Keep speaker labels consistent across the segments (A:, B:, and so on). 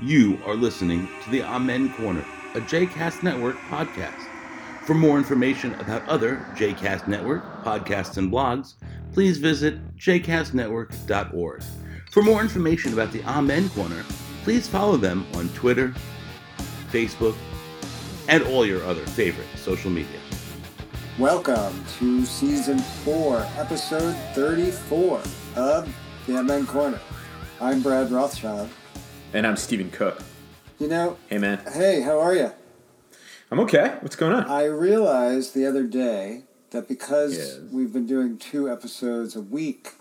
A: You are listening to the Amen Corner, a JCast Network podcast. For more information about other JCast Network podcasts and blogs, please visit jcastnetwork.org. For more information about the Amen Corner, please follow them on Twitter, Facebook, and all your other favorite social media.
B: Welcome to season four, episode 34 of The Amen Corner. I'm Brad Rothschild.
C: And I'm Stephen Cook.
B: You know,
C: Hey, man.
B: hey, how are you?
C: I'm okay. What's going on?
B: I realized the other day that because
C: Yes.
B: we've been doing two episodes a week,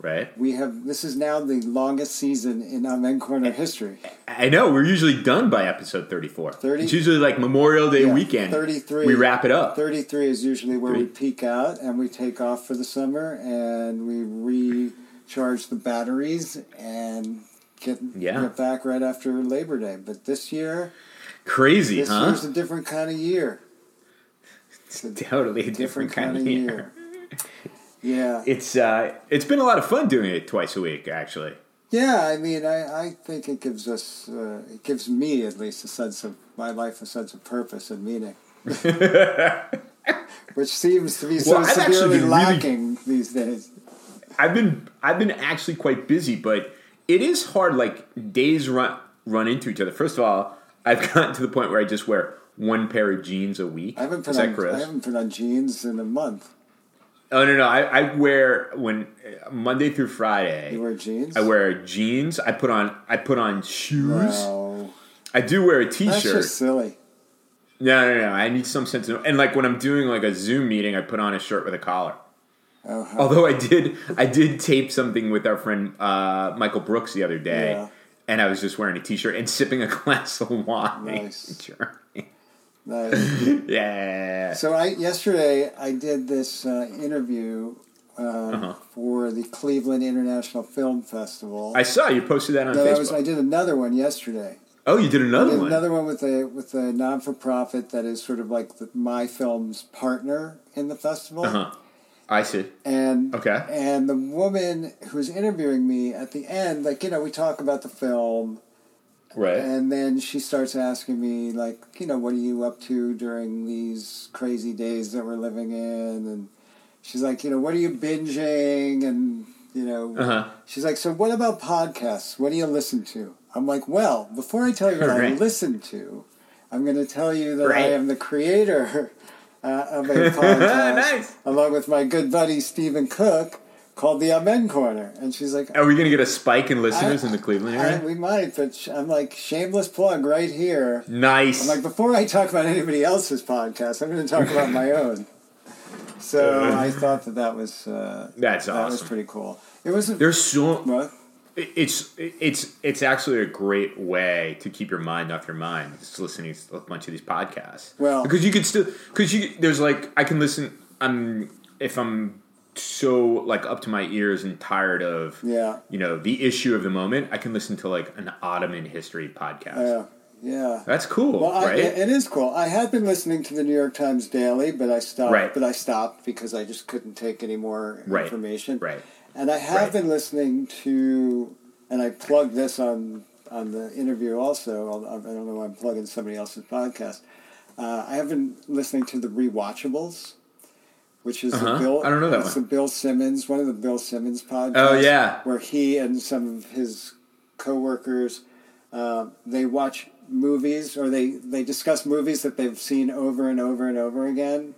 C: Right.
B: we have this is now the longest season in Amen Corner history.
C: I know. We're usually done by episode 34.
B: 30?
C: It's usually like Memorial Day
B: Yeah,
C: weekend.
B: 33.
C: We wrap it up.
B: 33 is usually where we
C: Three.
B: peak out and we take off for the summer and we recharge the batteries and get,
C: Yeah.
B: get back right after Labor Day. But this year,
C: Crazy,
B: this
C: huh?
B: year's a different kind of year. It's a
C: Totally a different, kind of year.
B: Yeah.
C: It's uh, it's been a lot of fun doing it twice a week, actually.
B: Yeah, I mean, I, I think it gives us, uh, it gives me at least a sense of my life, a sense of purpose and meaning, which seems to be so
C: Well, I've actually
B: severely
C: been really-
B: lacking these days.
C: I've been I've been actually quite busy, but it is hard. Like days run run into each other. First of all, I've gotten to the point where I just wear one pair of jeans a week.
B: I haven't put
C: Is that
B: on,
C: gross?
B: I haven't put on jeans in a month.
C: Oh no no! I, I wear when uh, Monday through Friday.
B: You wear jeans?
C: I wear jeans. I put on I put on shoes.
B: No,
C: I do wear a
B: that's
C: T-shirt.
B: just silly.
C: No, no, no. I need some sense of and like when I'm doing like a Zoom meeting, I put on a shirt with a collar.
B: Oh, how-
C: Although I did I did tape something with our friend uh, Michael Brooks the other day,
B: Yeah.
C: and I was just wearing a T-shirt and sipping a glass of wine.
B: Nice.
C: Sure.
B: nice.
C: yeah.
B: So I yesterday I did this uh, interview um,
C: Uh-huh.
B: for the Cleveland International Film Festival.
C: I saw you posted that on
B: No,
C: Facebook.
B: that was, I did another one yesterday.
C: oh, you did another
B: There's
C: one.
B: another one with a with a non for profit that is sort of like the, my film's partner in the festival,
C: Uh-huh. I see.
B: and
C: Okay.
B: and the woman who's interviewing me at the end, like you know, we talk about the film,
C: Right.
B: and then she starts asking me like, you know, what are you up to during these crazy days that we're living in, and she's like, you know, what are you binging, and you know,
C: uh-huh.
B: She's like, so what about podcasts? What do you listen to? I'm like, well, before I tell you what I
C: Right.
B: listen to, I'm going to tell you that I
C: Right.
B: am the creator uh, of a podcast,
C: Nice.
B: along with my good buddy Stephen Cook, called the Amen Corner. And she's like,
C: Are we gonna get a spike in listeners
B: I-
C: in the Cleveland
B: I-
C: area?
B: we might, but sh- I'm like, shameless plug right here.
C: nice.
B: I'm like, before I talk about anybody else's podcast, I'm going to talk about my own. So I thought that that was uh,
C: That's
B: that was
C: awesome.
B: pretty cool. It was a,
C: There's so
B: what?
C: it's it's it's actually a great way to keep your mind off your mind just listening to a bunch of these podcasts
B: Well-
C: because you could still because you there's like i can listen i'm if i'm so like up to my ears and tired of
B: Yeah.
C: you know the issue of the moment i can listen to like an ottoman history podcast
B: uh, Yeah, yeah.
C: that's cool
B: Well, I,
C: right
B: it it is cool. I had been listening to the New York Times daily, but I stopped.
C: Right.
B: But I stopped because I just couldn't take any more
C: Right.
B: information.
C: right
B: And I have
C: Right.
B: been listening to, and I plugged this on on the interview also. I'll- I don't know why I'm plugging somebody else's podcast. Uh, I have been listening to the Rewatchables, which is
C: Uh-huh.
B: the Bill.
C: I don't know that
B: It's
C: one. Oh,
B: the Bill Simmons, one of the Bill Simmons podcasts.
C: yeah.
B: where he and some of his coworkers uh, they watch movies or they they discuss movies that they've seen over and over and over again.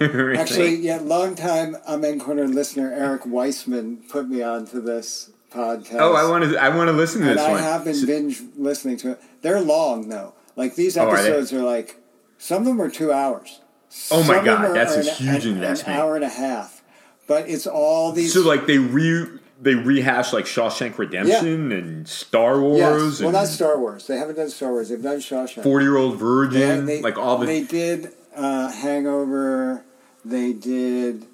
C: Really?
B: Actually, yeah, longtime Amen Corner listener Eric Weissman put me onto this podcast.
C: oh i want to i want to listen to
B: and
C: this
B: I
C: one
B: have been
C: So-
B: binge listening to it. They're long though. Like these
C: Oh, are they?
B: episodes are, like some of them are two hours. Some
C: Oh, my
B: of them
C: God,
B: are
C: that's a
B: an-
C: huge
B: an-
C: investment.
B: An hour and a half, but it's all these.
C: so like they re they rehash like shawshank redemption and star wars
B: yes. well,
C: and
B: not Star Wars. They haven't done Star Wars. They've done Shawshank.
C: Forty Year Old Virgin,
B: they,
C: like all the
B: they did uh, Hangover. They did.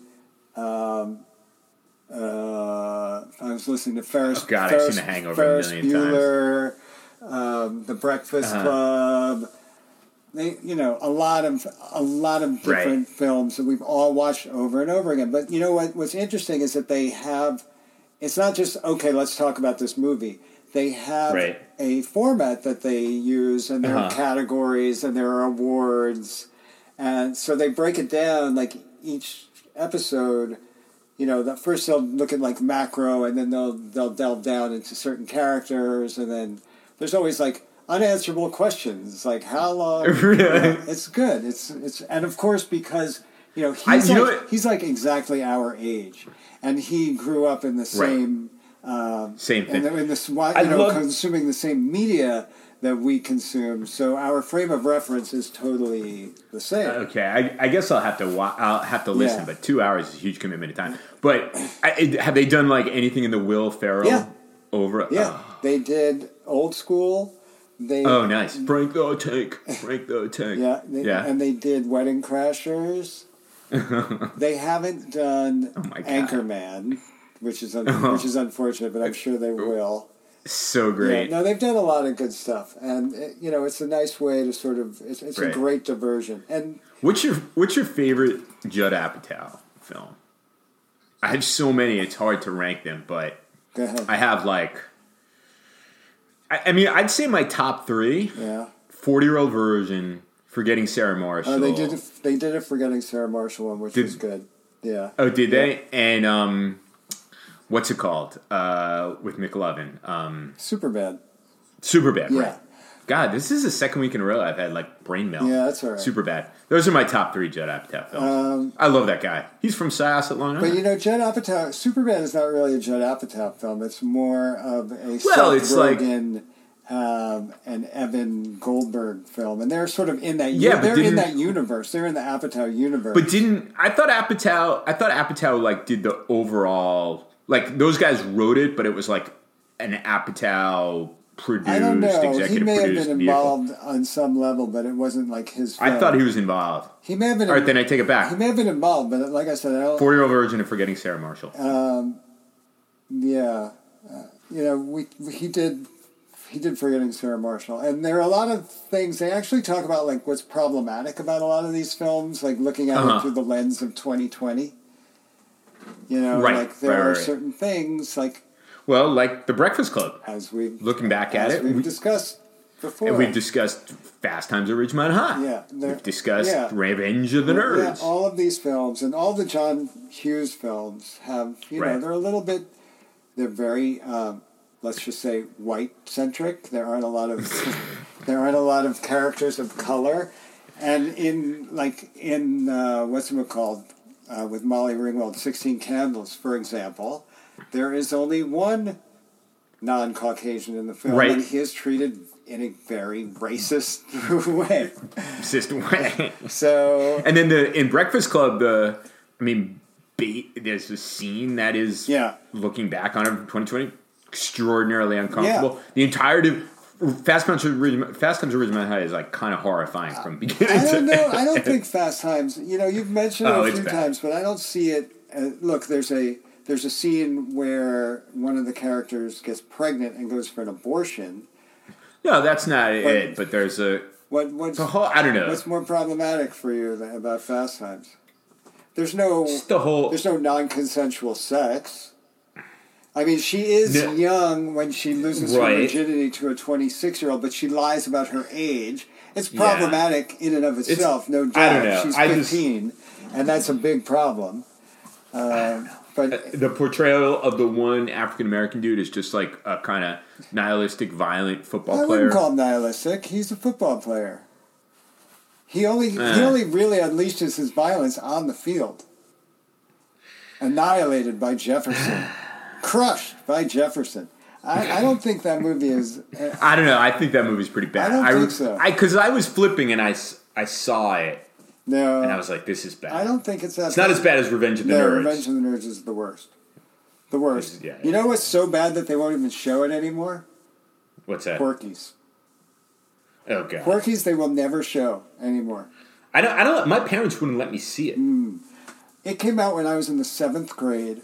B: Um, uh, I was listening to Ferris.
C: Oh, God, I've
B: Ferris,
C: seen The Hangover a
B: Ferris
C: million times.
B: Bueller, um, The Breakfast
C: Uh-huh.
B: Club. They, you know, a lot of a lot of
C: Right.
B: different films that we've all watched over and over again. But you know what? What's interesting is that they have it's not just okay. Let's talk about this movie. They have
C: Right.
B: a format that they use, and there are
C: Uh-huh.
B: categories, and there are awards, and so they break it down like each episode. You know, that first they'll look at like macro, and then they'll they'll delve down into certain characters, and then there's always like unanswerable questions, like how long.
C: Really?
B: It's good. It's it's and of course because you know he's
C: I- you
B: like,
C: know what-
B: he's like exactly our age, and he grew up in the same uh,
C: Same thing.
B: and in this you know
C: I love-
B: consuming the same media that we consume. So our frame of reference is totally the same.
C: Okay, I, I guess I'll have to wa- I'll have to listen,
B: Yeah.
C: but two hours is a huge commitment of time. But I, it- have they done like anything in the Will Ferrell
B: Yeah.
C: over?
B: yeah,
C: Oh.
B: they did old school. They
C: Oh, nice. Frank the Tank. Frank the Tank.
B: Yeah, they,
C: yeah.
B: and they did Wedding Crashers. they haven't done
C: Oh my God.
B: Anchorman, which is un- which is unfortunate, but I'm sure they will.
C: so
B: Yeah,
C: great.
B: no, they've done a lot of good stuff, and it, you know, it's a nice way to sort of it's, it's
C: Right.
B: a great diversion. And
C: What's your What's your favorite Judd Apatow film? I have so many; it's hard to rank them. But
B: go ahead,
C: I have like, I, I mean, I'd say my top three:
B: yeah.
C: Forty Year Old Version, Forgetting Sarah Marshall.
B: Oh, they did a, they did a forgetting Sarah Marshall one, which
C: Did-
B: was good. Yeah,
C: Oh, did they? And um, what's it called? Uh, with McLovin, um,
B: Superbad.
C: Superbad.
B: Yeah,
C: Right? God, this is the second week in a row I've had like brain melt.
B: Yeah, that's Uh, all right. Um,
C: Superbad. Those are my top three Judd Apatow films. I love that guy. He's from Syosset, Long
B: but you
C: Island.
B: know, Judd Apatow. Superbad is not really a Judd Apatow film. It's more of a
C: Well,
B: Seth
C: it's like-
B: Rogen, um, and Evan Goldberg film, and they're sort of in that.
C: Yeah, but
B: they're in
C: didn't-
B: that universe. They're in the Apatow universe.
C: But didn't I thought Apatow? I thought Apatow like did the overall like those guys wrote it, but it was like an Apatow produced,
B: I don't know.
C: executive
B: He may have
C: produced
B: been
C: vehicle.
B: involved on some level, but it wasn't like his.
C: I
B: film.
C: thought he was involved.
B: He may have been.
C: All right, then I take it
B: he
C: back.
B: may have been involved, but like I said, I don't.
C: Four year old virgin and forgetting Sarah Marshall.
B: Uh, yeah, uh, you know, we, we he did. He did forgetting Sarah Marshall, and there are a lot of things they actually talk about, like what's problematic about a lot of these films, like looking at
C: Uh-huh.
B: it through the lens of twenty twenty. You know,
C: Right,
B: like there
C: right,
B: are
C: right.
B: certain things, like
C: Well, like the Breakfast Club.
B: as we
C: Looking back at
B: as
C: it,
B: we've
C: we-
B: discussed before,
C: And we've discussed Fast Times at Ridgemont High.
B: Yeah, there-
C: We've discussed
B: yeah.
C: Revenge of the Nerds.
B: Yeah, all of these films and all the John Hughes films have, you know,
C: Right.
B: they're a little bit, they're very, um, let's just say, white centric. There aren't a lot of, there aren't a lot of characters of color, and in like in uh, what's it called uh, with Molly Ringwald, Sixteen Candles, for example, there is only one non-Caucasian in the film,
C: Right.
B: and he is treated in a very racist way.
C: Just- and
B: So
C: then the in Breakfast Club, the I mean, ba- there's a scene that is
B: Yeah.
C: looking back on it from 2020, extraordinarily uncomfortable. The entirety of Fast Times at Ridgemont, Fast Times at Ridgemont High is like kind of horrifying from beginning
B: I
C: to
B: don't
C: end.
B: know. I don't think Fast Times. You know, you've mentioned
C: Oh,
B: it a
C: it's
B: few
C: bad.
B: times, but I don't see it. Uh, look, there's a there's a scene where one of the characters gets pregnant and goes for an abortion.
C: No, that's not it. But there's a
B: What what's
C: the whole. I don't know.
B: what's more problematic for you than, about Fast Times? There's no
C: It's the whole.
B: there's no non-consensual sex. I mean, she is
C: No.
B: young when she loses
C: Right.
B: her virginity to a 26 year old, but she lies about her age. It's
C: Yeah.
B: problematic in and of itself, no doubt.
C: I don't know.
B: She's
C: I just-
B: 15, and that's a big problem. Uh, but
C: the portrayal of the one African American dude is just like a kind of nihilistic, violent football
B: I
C: player.
B: wouldn't call him nihilistic. He's a football player. He only he
C: Eh.
B: only really unleashes his violence on the field. Annihilated by Jefferson, crushed by Jefferson. I, I don't think that movie is. uh,
C: I don't know. I think that movie's pretty bad.
B: I don't think
C: re-
B: so.
C: I because I was flipping and I, s- I saw it
B: no,
C: and I was like, this is bad.
B: I don't think it's that.
C: it's not as bad as Revenge of the
B: No,
C: Nerds.
B: Revenge of the Nerds is the worst. The worst.
C: Yeah.
B: You know what's so bad that they won't even show it anymore?
C: What's that?
B: Porkies.
C: oh god.
B: Porkies they will never show anymore.
C: I don't. I don't. My parents wouldn't let me see it.
B: It came out when I was in the seventh grade,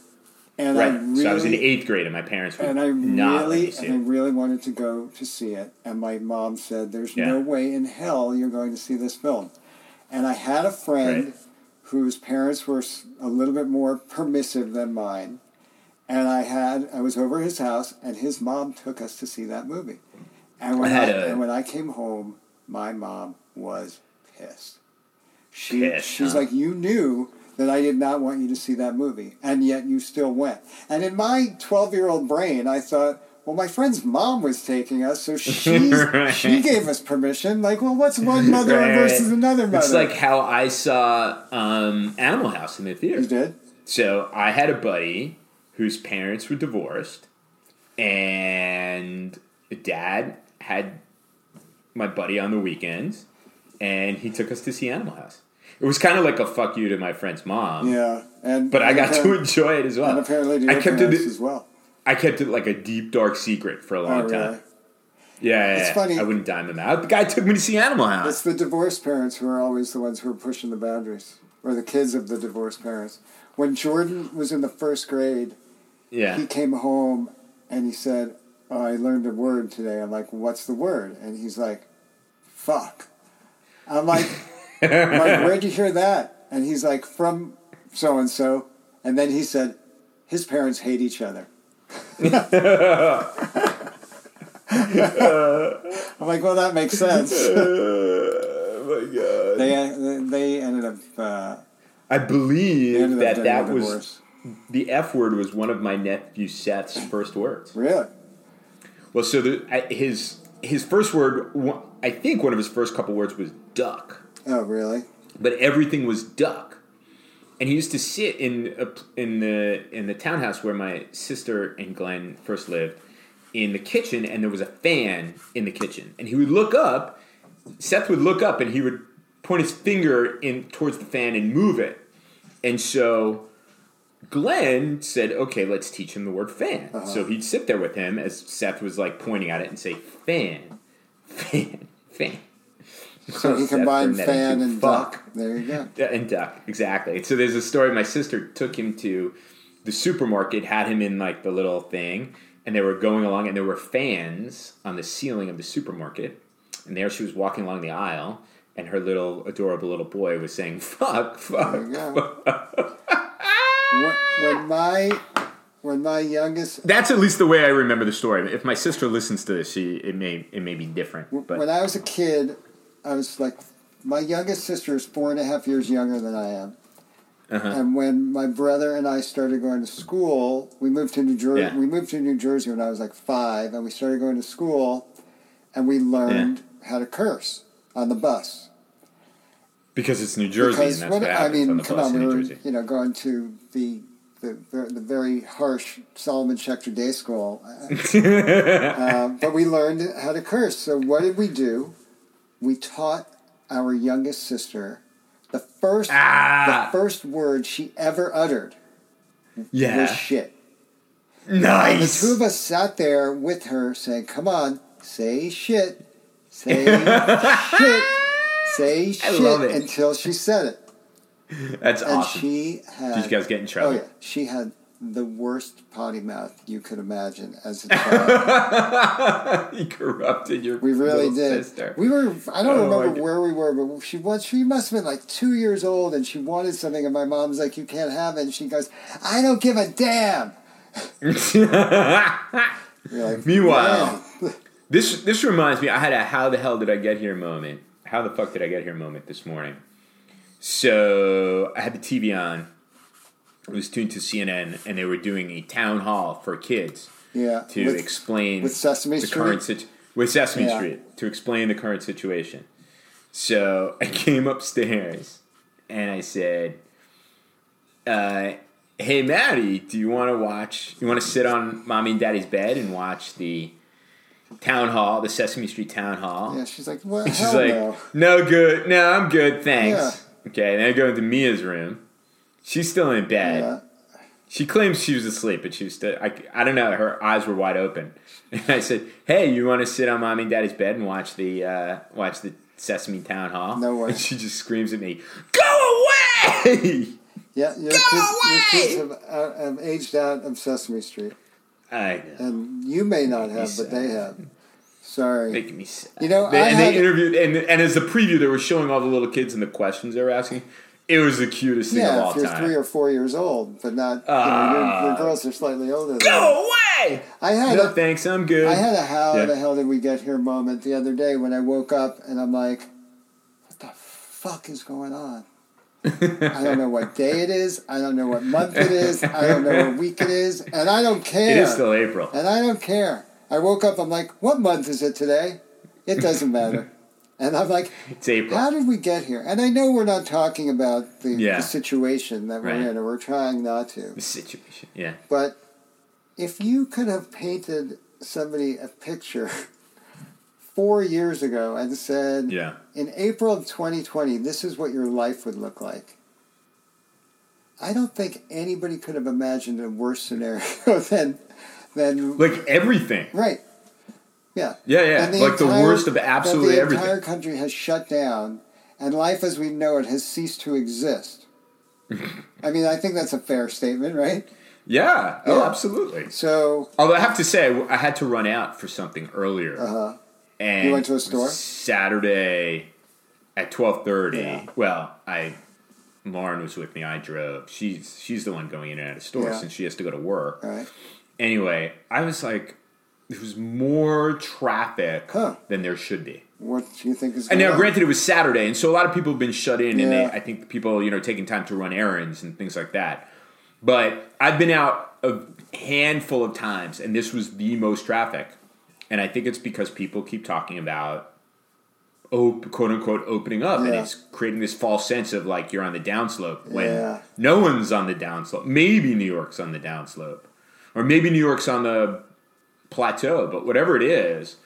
B: and I
C: right.
B: really
C: so I was in eighth grade and my parents would
B: and I
C: not let me
B: really
C: see
B: and I
C: it.
B: really wanted to go to see it. And my mom said, "There's
C: Yeah.
B: no way in hell you're going to see this film." And I had a friend
C: Right.
B: whose parents were s- a little bit more permissive than mine, and I had I was over at his house, and his mom took us to see that movie. And
C: I
B: when I,
C: had a-
B: and when I came home, my mom was pissed. She
C: Pissed,
B: she's
C: huh?
B: like, you knew that I did not want you to see that movie, and yet you still went. And in my twelve year old brain, I thought. Well, my friend's mom was taking us, so she's, she gave us permission. Like, well, what's one mother
C: Right.
B: versus another mother?
C: It's like how I saw um, Animal House in the
B: you
C: theater.
B: did.
C: So I had a buddy whose parents were divorced, and the dad had my buddy on the weekends, and he took us to see Animal House. It was kind of like a fuck you to my friend's mom,
B: Yeah, and
C: but I got to
B: apparently-
C: enjoy it as well.
B: And apparently,
C: I
B: the
C: kept
B: kept
C: it.
B: as well.
C: I kept it like a deep dark secret for a long
B: Oh,
C: time.
B: really?
C: Yeah, yeah,
B: It's
C: yeah.
B: funny.
C: I wouldn't dime him out. The guy took me to see Animal House.
B: It's the divorced parents who are always the ones who are pushing the boundaries, or the kids of the divorced parents. When Jordan was in the first grade,
C: yeah.
B: he came home and he said, oh, "I learned a word today." I'm like, "What's the word?" And he's like, "Fuck." I'm like, I'm like, "Where'd you hear that?" And he's like, "From so and so." And then he said, "His parents hate each other." I'm like, "Well, that makes sense."
C: oh my god.
B: They they ended up uh,
C: I
B: they
C: believe
B: ended up
C: that
B: getting a
C: that was
B: divorce.
C: the F word was one of my nephew Seth's first words.
B: really
C: Well, so the, I- his his first word, one- I think one of his first couple words was duck,
B: oh really
C: but everything was duck. And he used to sit in a, p- in the in the townhouse where my sister and Glenn first lived, in the kitchen, and there was a fan in the kitchen, and he would look up. Seth would look up, and he would point his finger in towards the fan and move it, and so Glenn said, "Okay, let's teach him the word fan."
B: Uh-huh.
C: So he'd sit there with him as Seth was like pointing at it and say, "Fan, fan, fan."
B: so he
C: Seth
B: combined
C: turned that
B: fan
C: into
B: and
C: fuck.
B: duck there you go
C: Yeah, and duck exactly. So there's a story. My sister took him to the supermarket, had him in like the little thing, and they were going along, and there were fans on the ceiling of the supermarket, and there she was walking along the aisle, and her little adorable little boy was saying "fuck,
B: there you
C: fuck."
B: go when, when my when my youngest
C: That's at least the way I remember the story. If my sister listens to this, she it may it may be different. But
B: when I was a kid I was like my youngest sister is four and a half years younger than I am
C: Uh-huh.
B: and when my brother and I started going to school we moved to New Jersey
C: Yeah.
B: we moved to New Jersey when I was like five and we started going to school and we learned how to curse on the bus
C: because it's New Jersey, and that's what,
B: when-
C: happens
B: I mean,
C: on the
B: come
C: bus
B: on,
C: in
B: we
C: New
B: were,
C: Jersey.
B: you know, going to the the, the, the very harsh Solomon Schechter Day School, uh, but we learned how to curse. So what did we do? We taught our youngest sister the first
C: Ah.
B: the first word she ever uttered was
C: Yeah,
B: shit. The
C: nice.
B: two of us sat there with her saying, "Come on, say shit, say shit, say shit,"
C: I love it.
B: until she said it.
C: That's
B: And
C: awesome.
B: she had.
C: Did you guys get in
B: Oh
C: trouble?
B: yeah, she had the worst potty mouth you could imagine as a child.
C: you corrupted your
B: we really
C: little
B: did.
C: sister.
B: We were. I don't
C: Oh, my
B: remember
C: God.
B: where we were, but she was. She must have been like two years old, and she wanted something, and my mom's like, "You can't have it." And she goes, "I don't give a damn." You're like,
C: Meanwhile,
B: "Man."
C: this this reminds me. I had a "How the hell did I get here?" moment. How the fuck did I get here? Moment this morning. So I had the TV on. It was tuned to CNN, and they were doing a town hall for kids
B: yeah,
C: to
B: with-
C: explain
B: with Sesame
C: the
B: Street?
C: current situ- with Sesame
B: Yeah.
C: Street to explain the current situation. So I came upstairs and I said, uh, "Hey, Maddie, do you want to watch? You want to sit on mommy and daddy's bed and watch the town hall, the Sesame Street town hall?"
B: yeah. She's like, "What?
C: She's
B: Hell
C: like,
B: no."
C: no good. No, I'm good. Thanks.
B: Yeah.
C: Okay, then I go into Mia's room. She's still in bed.
B: Yeah.
C: She claims she was asleep, but she was still, I, I don't know, her eyes were wide open. And I said, hey, you want to sit on mommy and daddy's bed and watch the, uh, watch the Sesame Town Hall?
B: No way.
C: And she just screams at me, go away!
B: Yeah, your kids, your kids have, uh, have aged out of Sesame Street,
C: I know.
B: and you may not have, but they have. Sorry.
C: Making me sad.
B: You know,
C: they,
B: I
C: and
B: had-
C: they interviewed, and, and as the preview, they were showing all the little kids and the questions they were asking. It was the cutest thing of
B: Yeah,
C: all
B: if you're
C: time.
B: three or four years old, but not you know, your,
C: Ah.
B: your girls are slightly older. Than
C: Go away!
B: I had
C: No
B: a,
C: thanks, I'm good.
B: I had a how
C: Yeah.
B: the hell did we get here moment the other day when I woke up and I'm like, what the fuck is going on? I don't know what day it is. I don't know what month it is. I don't know what week it is, and I don't care.
C: It is still April.
B: and I don't care. I woke up. I'm like, what month is it today? It doesn't matter. and I'm like,
C: It's April.
B: how did we get here? And I know we're not talking about the,
C: Yeah.
B: the situation that we're
C: Right.
B: in, or we're trying not to.
C: the situation. Yeah.
B: But if you could have painted somebody a picture four years ago and said,
C: Yeah.
B: in April of 2020, this is what your life would look like. I don't think anybody could have imagined a worse scenario than, than
C: Like everything.
B: right. Yeah.
C: Yeah, yeah.
B: And
C: like the
B: entire-
C: worst of
B: that
C: absolutely
B: the
C: everything.
B: entire country has shut down, and life as we know it has ceased to exist. I mean, I think that's a fair statement, right?
C: yeah. Oh,
B: Yeah.
C: absolutely.
B: So
C: Although I have to say, I had to run out for something earlier.
B: Uh-huh.
C: And
B: You went to a store?
C: Saturday at twelve thirty.
B: Yeah.
C: Well, I Lauren was with me. I drove. She's she's the one going in and out of stores
B: Yeah.
C: since she has to go to work.
B: All right.
C: Anyway, I was like, there was more traffic
B: Huh.
C: than there should be.
B: What do you think is
C: And
B: going
C: now,
B: on?
C: granted, it was Saturday, and so a lot of people have been shut in, and they,
B: Yeah.
C: I think people, you know, taking time to run errands and things like that. But I've been out a handful of times, and this was the most traffic. And I think it's because people keep talking about, op- quote unquote, opening up, and
B: Yeah.
C: it's creating this false sense of like you're on the downslope when
B: Yeah.
C: no one's on the downslope. Maybe New York's on the downslope, or maybe New York's on the plateau, but whatever it is.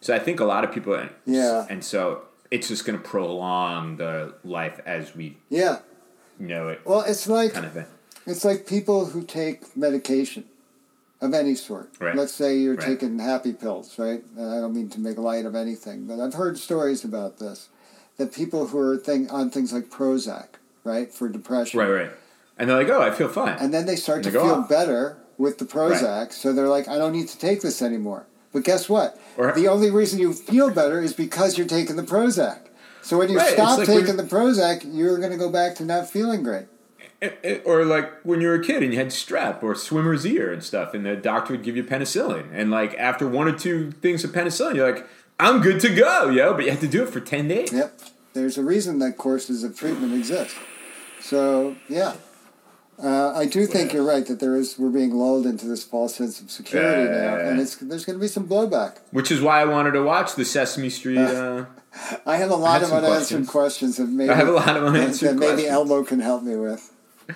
C: So I think a lot of people,
B: Yeah.
C: and so it's just going to prolong the life as we
B: Yeah.
C: know it,
B: Well, it's like
C: kind of thing.
B: it's like people who take medication of any sort.
C: Right.
B: Let's say you're
C: Right.
B: taking happy pills, right? And I don't mean to make light of anything, but I've heard stories about this that people who are thing on things like Prozac, right, for depression,
C: Right, right. And they're like, "Oh, I feel fine."
B: and then they start to
C: They go
B: feel
C: off.
B: better with the Prozac, so they're like, I don't need to take this anymore. But guess what?
C: Or-
B: the only reason you feel better is because you're taking the Prozac. So when you
C: Right, it's
B: stop
C: like when-
B: taking the Prozac, you're going to go back to not feeling great.
C: It- it- eh, or like when you were a kid and you had strep or swimmer's ear and stuff, and the doctor would give you penicillin, and like after one or two things of penicillin, you're like, "I'm good to go, yo," but you have to do it for ten days.
B: Yep. There's a reason that courses of treatment exist. So yeah, uh, I do think you're right that there is we're being lulled into this false sense of security
C: Yeah.
B: now, and it's there's going to be some blowback.
C: Which is why I wanted to watch the Sesame Street. Uh,
B: I have a lot
C: had
B: of
C: some
B: unanswered questions, that maybe
C: I have a lot of unanswered
B: that, that maybe
C: questions.
B: Elmo can help me with.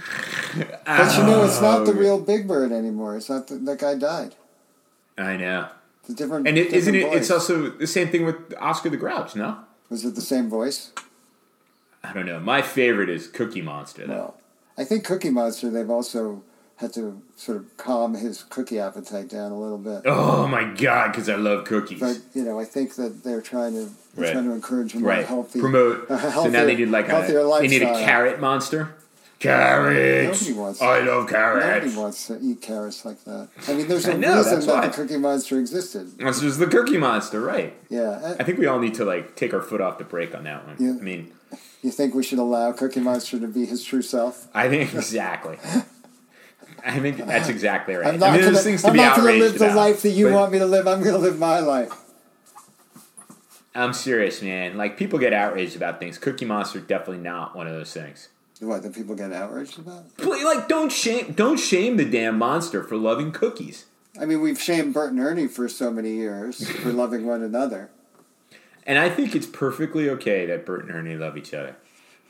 B: But you know, it's not the
C: Oh.
B: real Big Bird anymore. It's not the, that guy died.
C: I know.
B: It's a different.
C: And it,
B: different
C: isn't it? It's
B: voice.
C: also the same thing with Oscar the Grouch. No,
B: was it the same voice?
C: I don't know. My favorite is Cookie Monster. Though.
B: No. I think Cookie Monster. They've also had to sort of calm his cookie appetite down a little bit.
C: Oh my god, because I love cookies.
B: But you know, I think that they're trying to they're
C: Right.
B: trying to encourage a more
C: right.
B: healthy
C: Promote.
B: a
C: so now
B: healthier-
C: they need like
B: healthier
C: a. They need a
B: lifestyle.
C: carrot monster. Carrots.
B: Nobody wants
C: I love
B: Nobody
C: carrots.
B: wants to eat carrots like that. I mean, there's a
C: I know,
B: reason
C: that's
B: that
C: why.
B: the Cookie Monster existed.
C: This is the Cookie Monster, right?
B: Yeah, eh, and
C: I think we all need to like take our foot off the brake on that one.
B: Yeah.
C: I mean,
B: you think we should allow Cookie Monster to be his true self?
C: I think exactly. I think that's exactly right.
B: I'm not
C: I mean,
B: gonna,
C: there's things to
B: I'm
C: be
B: not gonna
C: outraged
B: live the
C: about,
B: life that you
C: but-
B: want me to live. I'm gonna live my life.
C: I'm serious, man. Like people get outraged about things. Cookie Monster definitely not one of those things.
B: What? That people get outraged about?
C: But, like don't shame don't shame the damn monster for loving cookies.
B: I mean, we've shamed Bert and Ernie for so many years for loving one another.
C: And I think it's perfectly okay that Bert and Ernie love each other.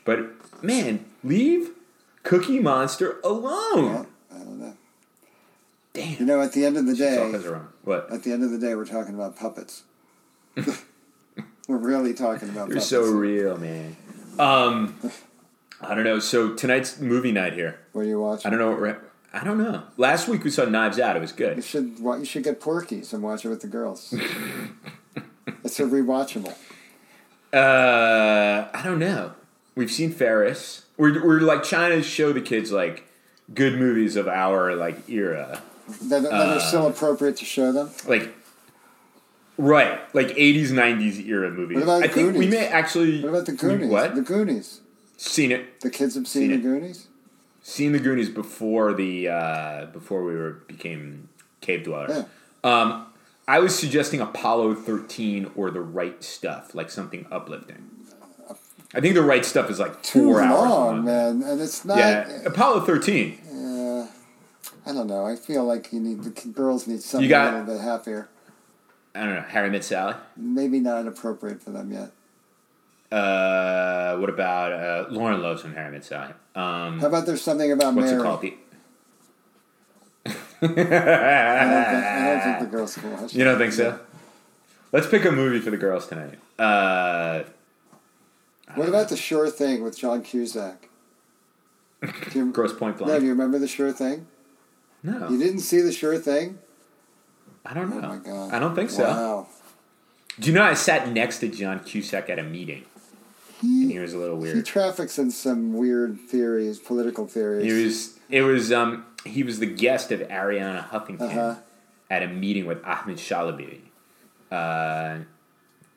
C: But man, leave Cookie Monster
B: I
C: alone.
B: don't know. You
C: Damn.
B: know, at the end of the
C: It's all
B: day,
C: 'cause they're wrong. What?
B: At the end of the day, we're talking about puppets. we're really talking about
C: They're
B: puppets.
C: so real, man. Um I don't know. So tonight's movie night here.
B: what are you
C: I
B: watching?
C: don't know what we're I don't know. Last week we saw Knives Out. It was
B: You
C: good.
B: should wa- you should get Porky's and watch it with the girls. it's a rewatchable.
C: Uh, I don't know. We've seen Ferris. We're, we're like trying to show the kids like good movies of our like era,
B: That, that
C: Uh.
B: are still appropriate to show them.
C: like right, like eighties, nineties era movies.
B: What about
C: I think we
B: Goonies?
C: may actually.
B: What about the
C: we-
B: Goonies?
C: What?
B: The Goonies.
C: Seen it.
B: The kids have seen,
C: Seen
B: the Goonies.
C: Seen the Goonies before the uh, before we were became cave dwellers.
B: Yeah.
C: Um, I was suggesting Apollo thirteen or the right stuff, like something uplifting. I think the right stuff is like
B: Too
C: four
B: long,
C: hours. long.
B: man, and it's not.
C: Yeah, Apollo thirteen.
B: I don't know. I feel like you need the k- girls need something
C: got-
B: a little bit happier.
C: I don't know. Harry Met Sally.
B: Maybe not appropriate for them yet.
C: Uh, what about uh, Lauren Loves from Harry Met Sally? Um,
B: How about there's something about
C: what's
B: Mary?
C: it called? The,
B: I, don't think, I don't
C: Ah.
B: think the girls can watch.
C: you don't think so? Let's pick a movie for the girls tonight. Uh,
B: What about the Sure Thing with John Cusack? Do you,
C: Gross Point
B: no, do
C: Blank.
B: you remember the Sure Thing?
C: No,
B: You didn't see the Sure Thing?
C: I don't know.
B: Oh my god!
C: I don't think so.
B: Wow.
C: Do you know I sat next to John Cusack at a meeting? And he was a little
B: He
C: weird.
B: traffics in some weird theories, political theories.
C: He was. It was. Um. He was the guest of Ariana Huffington
B: Uh-huh.
C: at a meeting with Ahmed Shalabi. Uh,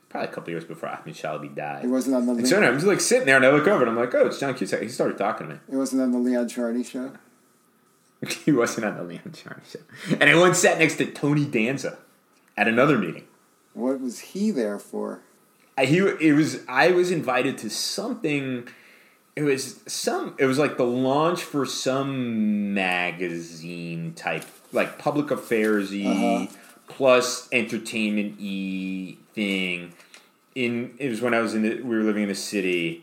C: probably a couple years before Ahmed Shalabi died.
B: It wasn't on the
C: And so
B: Leon,
C: I'm just like sitting there, and I look over, and I'm like, "Oh, it's John Cusack." He started talking to me.
B: it wasn't on the Leon Charney show.
C: he wasn't on the Leon Charles show. And I once sat next to Tony Danza at another meeting.
B: What was he there for?
C: I, he it was I was invited to something. It was some. It was like the launch for some magazine type, like public affairs y plus entertainment y thing. In it was when I was in the, we were living in the city,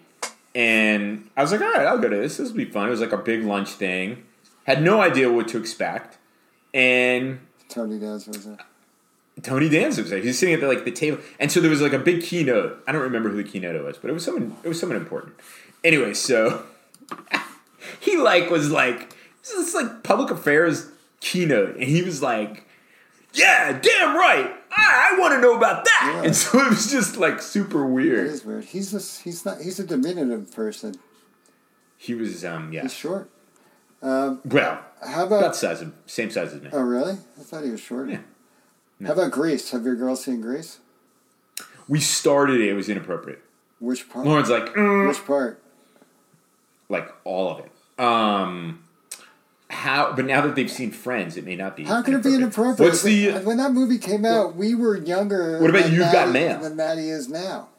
C: and I was like, all right, I'll go to this. This will be fun. It was like a big lunch thing. Had no idea what to expect, and
B: Tony Danza was there.
C: Tony Danza was there. He was sitting at the, like the table, and so there was like a big keynote. I don't remember who the keynote was, but it was someone. It was someone important. Anyway, so he like was like this is like public affairs keynote, and he was like, "Yeah, damn right, I, I want to know about that."
B: Yeah.
C: And so it was just like super
B: It
C: weird.
B: is weird. He's a, he's not he's a diminutive person.
C: He was um yeah
B: He's short.
C: well
B: How
C: about
B: about?
C: size of same size as me.
B: Oh really? I thought he was shorter.
C: Yeah.
B: How about Greece? Have your girls seen Greece?
C: We started it. It was inappropriate.
B: Which part?
C: Lauren's like, "Mm,
B: Which part?
C: like all of it. Um, how? But now that they've seen Friends, it may not be.
B: How could it be inappropriate?
C: What's the?
B: when that movie came out? We were younger.
C: What about
B: than
C: You've Got
B: Maddie-
C: Mail?
B: Than Maddie is now.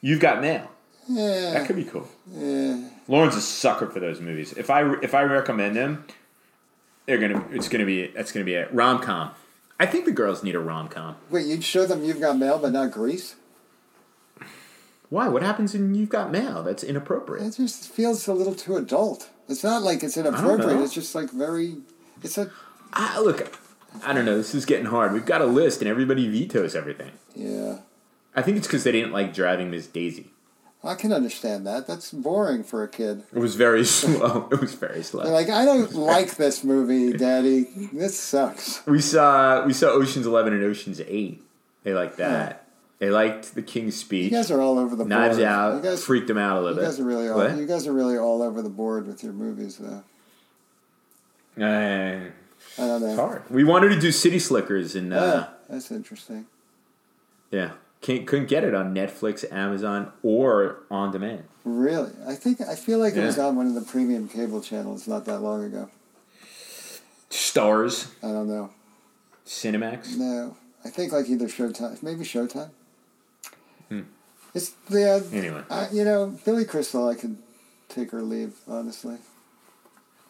C: You've got mail.
B: Yeah.
C: That could be cool.
B: yeah.
C: Lauren's a sucker for those movies. If I if I recommend them, they're gonna. It's gonna be. That's gonna be a rom com. I think the girls need a rom com.
B: Wait, you'd show them You've Got Mail, but not Greece.
C: Why? What happens in You've Got Mail? That's inappropriate.
B: It just feels a little too adult. It's not like it's
C: know.
B: inappropriate. It's just like very. It's a
C: I, look, I don't know. This is getting hard. We've got a list, and everybody vetoes everything.
B: yeah.
C: I think it's because they didn't like driving Miss Daisy.
B: I can understand that. That's boring for a kid.
C: It was very slow. It was very slow.
B: They're like, I don't like this movie, Daddy. This sucks.
C: We saw we saw Ocean's Eleven and Ocean's Eight. They liked that. They liked The King's Speech.
B: Hmm. You guys are all over the
C: Knives
B: board.
C: Out
B: You guys,
C: freaked them out a little
B: you guys
C: bit.
B: are really all.
C: What?
B: You guys are really all over the board with your movies, though.
C: Uh,
B: I don't know.
C: it's hard. We wanted to do City Slickers and uh,
B: Oh, that's interesting.
C: yeah, can't, couldn't get it on Netflix, Amazon, or on demand.
B: Really, I think I feel like it was
C: Yeah.
B: on one of the premium cable channels not that long ago.
C: Stars,
B: I don't know.
C: Cinemax.
B: No, I think like either Showtime, maybe Showtime. It's the uh,
C: Hmm. Anyway,
B: I, you know Billy Crystal. I could take or leave, honestly.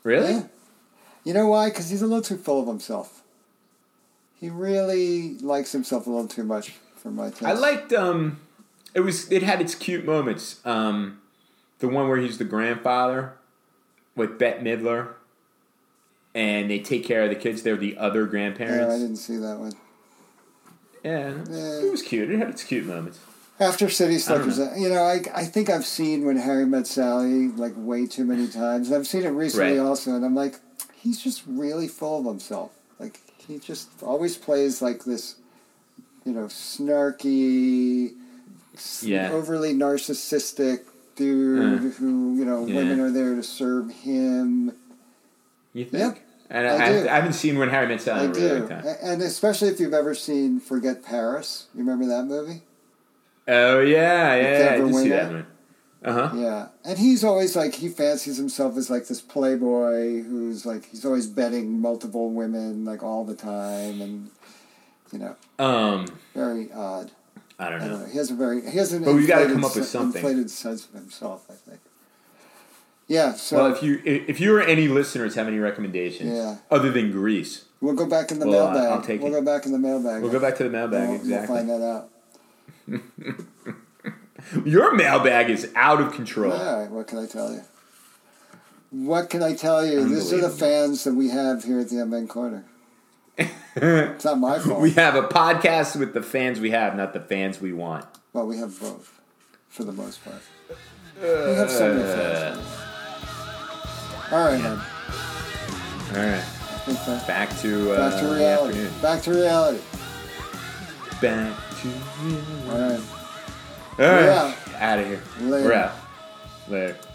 C: really?
B: Yeah. You know why? Because he's a little too full of himself. He really likes himself a little too much for my taste.
C: I liked um, it was it had its cute moments. Um, the one where he's the grandfather with Bette Midler, and they take care of the kids. They're the other
B: No, I
C: grandparents.
B: didn't see that one.
C: Yeah,
B: Yeah.
C: it was cute. It had its cute moments.
B: After City
C: I don't
B: Slickers, you know, I, I think I've seen When Harry Met Sally like way too many times. And I've seen it recently
C: Right.
B: also, and I'm like, he's just really full of himself. Like he just always plays like this, you know, snarky, s-
C: Yeah. Uh-huh.
B: overly narcissistic dude who you know
C: Yeah.
B: women are there to serve him.
C: You
B: Yep,
C: think? And
B: I
C: I, I,
B: do.
C: haven't- I haven't seen When Harry Met Sally
B: I
C: in a Oh, really
B: do,
C: long time.
B: A- and especially if you've ever seen Forget Paris. You remember that movie?
C: Oh yeah, yeah, yeah. I
B: Deborah
C: did see
B: Winger?
C: that one. Uh huh.
B: Yeah, and he's always like he fancies himself as like this playboy who's like he's always betting multiple women like all the time, and you know,
C: Um,
B: very odd.
C: I don't
B: I don't
C: know.
B: know. He has a very he has an.
C: But we've gotta
B: inflated
C: come up with
B: se-
C: something.
B: Inflated sense of himself, I think. Yeah. So
C: Well, if you i- if you or any listeners have any recommendations
B: Yeah.
C: other than Greece,
B: we'll go back in the
C: Well, I-
B: mailbag.
C: I'll take
B: we'll
C: it.
B: go back in the mailbag.
C: we'll go back to the
B: We'll-
C: mailbag.
B: we'll
C: exactly.
B: find that out.
C: Your mailbag is out of control.
B: All right. What can I tell you? What can I tell you? These are the
C: Unbelievable.
B: fans that we have here at the MN Corner. it's not my fault.
C: We have a podcast with the fans we have, not the fans we want.
B: Well, we have both, for the most part. we have some of those. All right, man.
C: All right,
B: I think that-
C: back to uh,
B: Back to
C: the
B: reality.
C: afternoon.
B: Back to reality.
C: Back to reality.
B: All right.
C: All right,
B: We're out.
C: out of here.
B: Later.
C: We're out. Later.